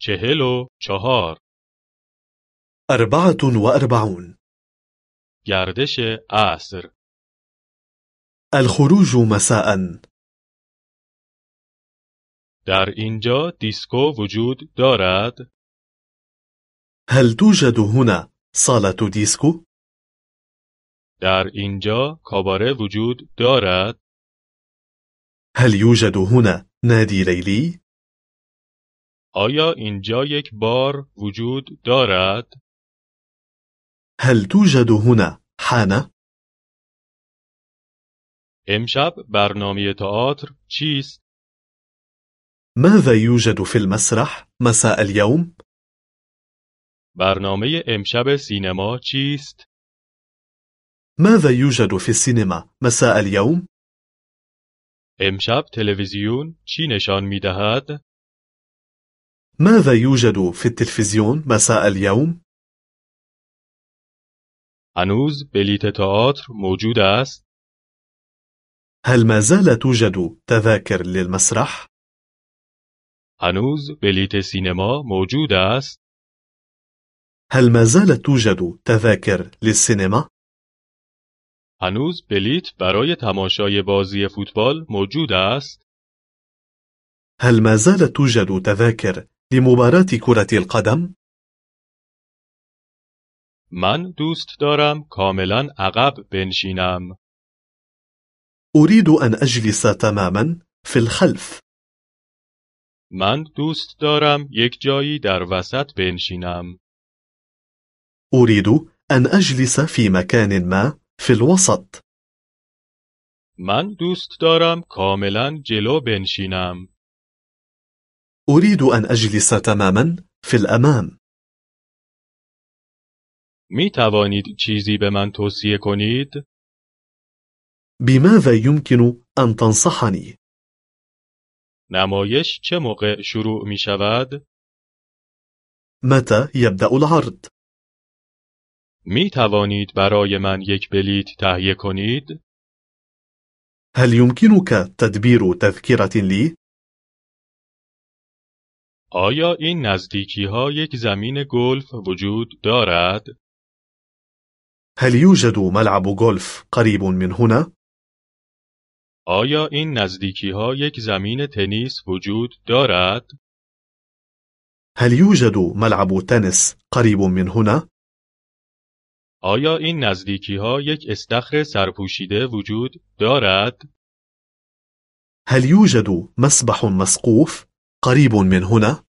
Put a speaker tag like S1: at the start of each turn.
S1: چهل و چهار
S2: أربعة وأربعون
S1: گردش عصر
S2: الخروج مساء
S1: در اینجا دیسکو وجود دارد؟
S2: هل توجد هنا صالة ديسكو؟
S1: در اینجا کاباره وجود دارد؟
S2: هل يوجد هنا نادي ليلي؟
S1: آیا اینجا یک بار وجود دارد؟
S2: هل توجد هنا حانة؟
S1: امشب برنامه تئاتر چیست؟
S2: ماذا يوجد في المسرح مساء اليوم؟
S1: برنامه امشب سینما چیست؟
S2: ماذا يوجد في السينما مساء اليوم؟
S1: امشب تلویزیون چی نشان می دهد؟
S2: ماذا يوجد في التلفزيون مساء اليوم؟
S1: هنوز بلیت تئاتر موجود است؟
S2: هل ما زال توجد تذاكر للمسرح؟
S1: هنوز بلیت سینما موجود است؟
S2: هل ما زالت توجد تذاكر للسينما؟
S1: هنوز بلیت برای تماشای بازی فوتبال موجود است؟
S2: هل ما زالت توجد تذاكر لمباراة كرة القدم؟
S1: من دوست دارم کاملا عقب بنشینم.
S2: أريد أن أجلس تماما في الخلف
S1: من دوست دارم یک جایی در وسط بنشینم.
S2: أريد أن أجلس في مكان ما في الوسط
S1: من دوست دارم کاملا جلو بنشینم.
S2: أريد أن أجلس تماما في الأمام
S1: می توانید چیزی به من توصیه کنید؟
S2: بماذا يمكن أن تنصحني؟
S1: نمایش چه موقع شروع می شود؟
S2: متى يبدأ العرض؟
S1: می توانید برای من یک بلیت تهیه کنید؟
S2: هل يمكنك تدبير تذكرة لي؟
S1: آیا این نزدیکی ها یک زمین گلف وجود دارد؟
S2: هل يوجد ملعب غولف قريب من هنا؟
S1: آیا این نزدیکی ها یک زمین تنیس وجود دارد؟
S2: هل يوجد ملعب تنس قريب من هنا؟
S1: آیا این نزدیکی ها یک استخر سرپوشیده وجود دارد؟
S2: هل يوجد مسبح مسقوف قريب من هنا؟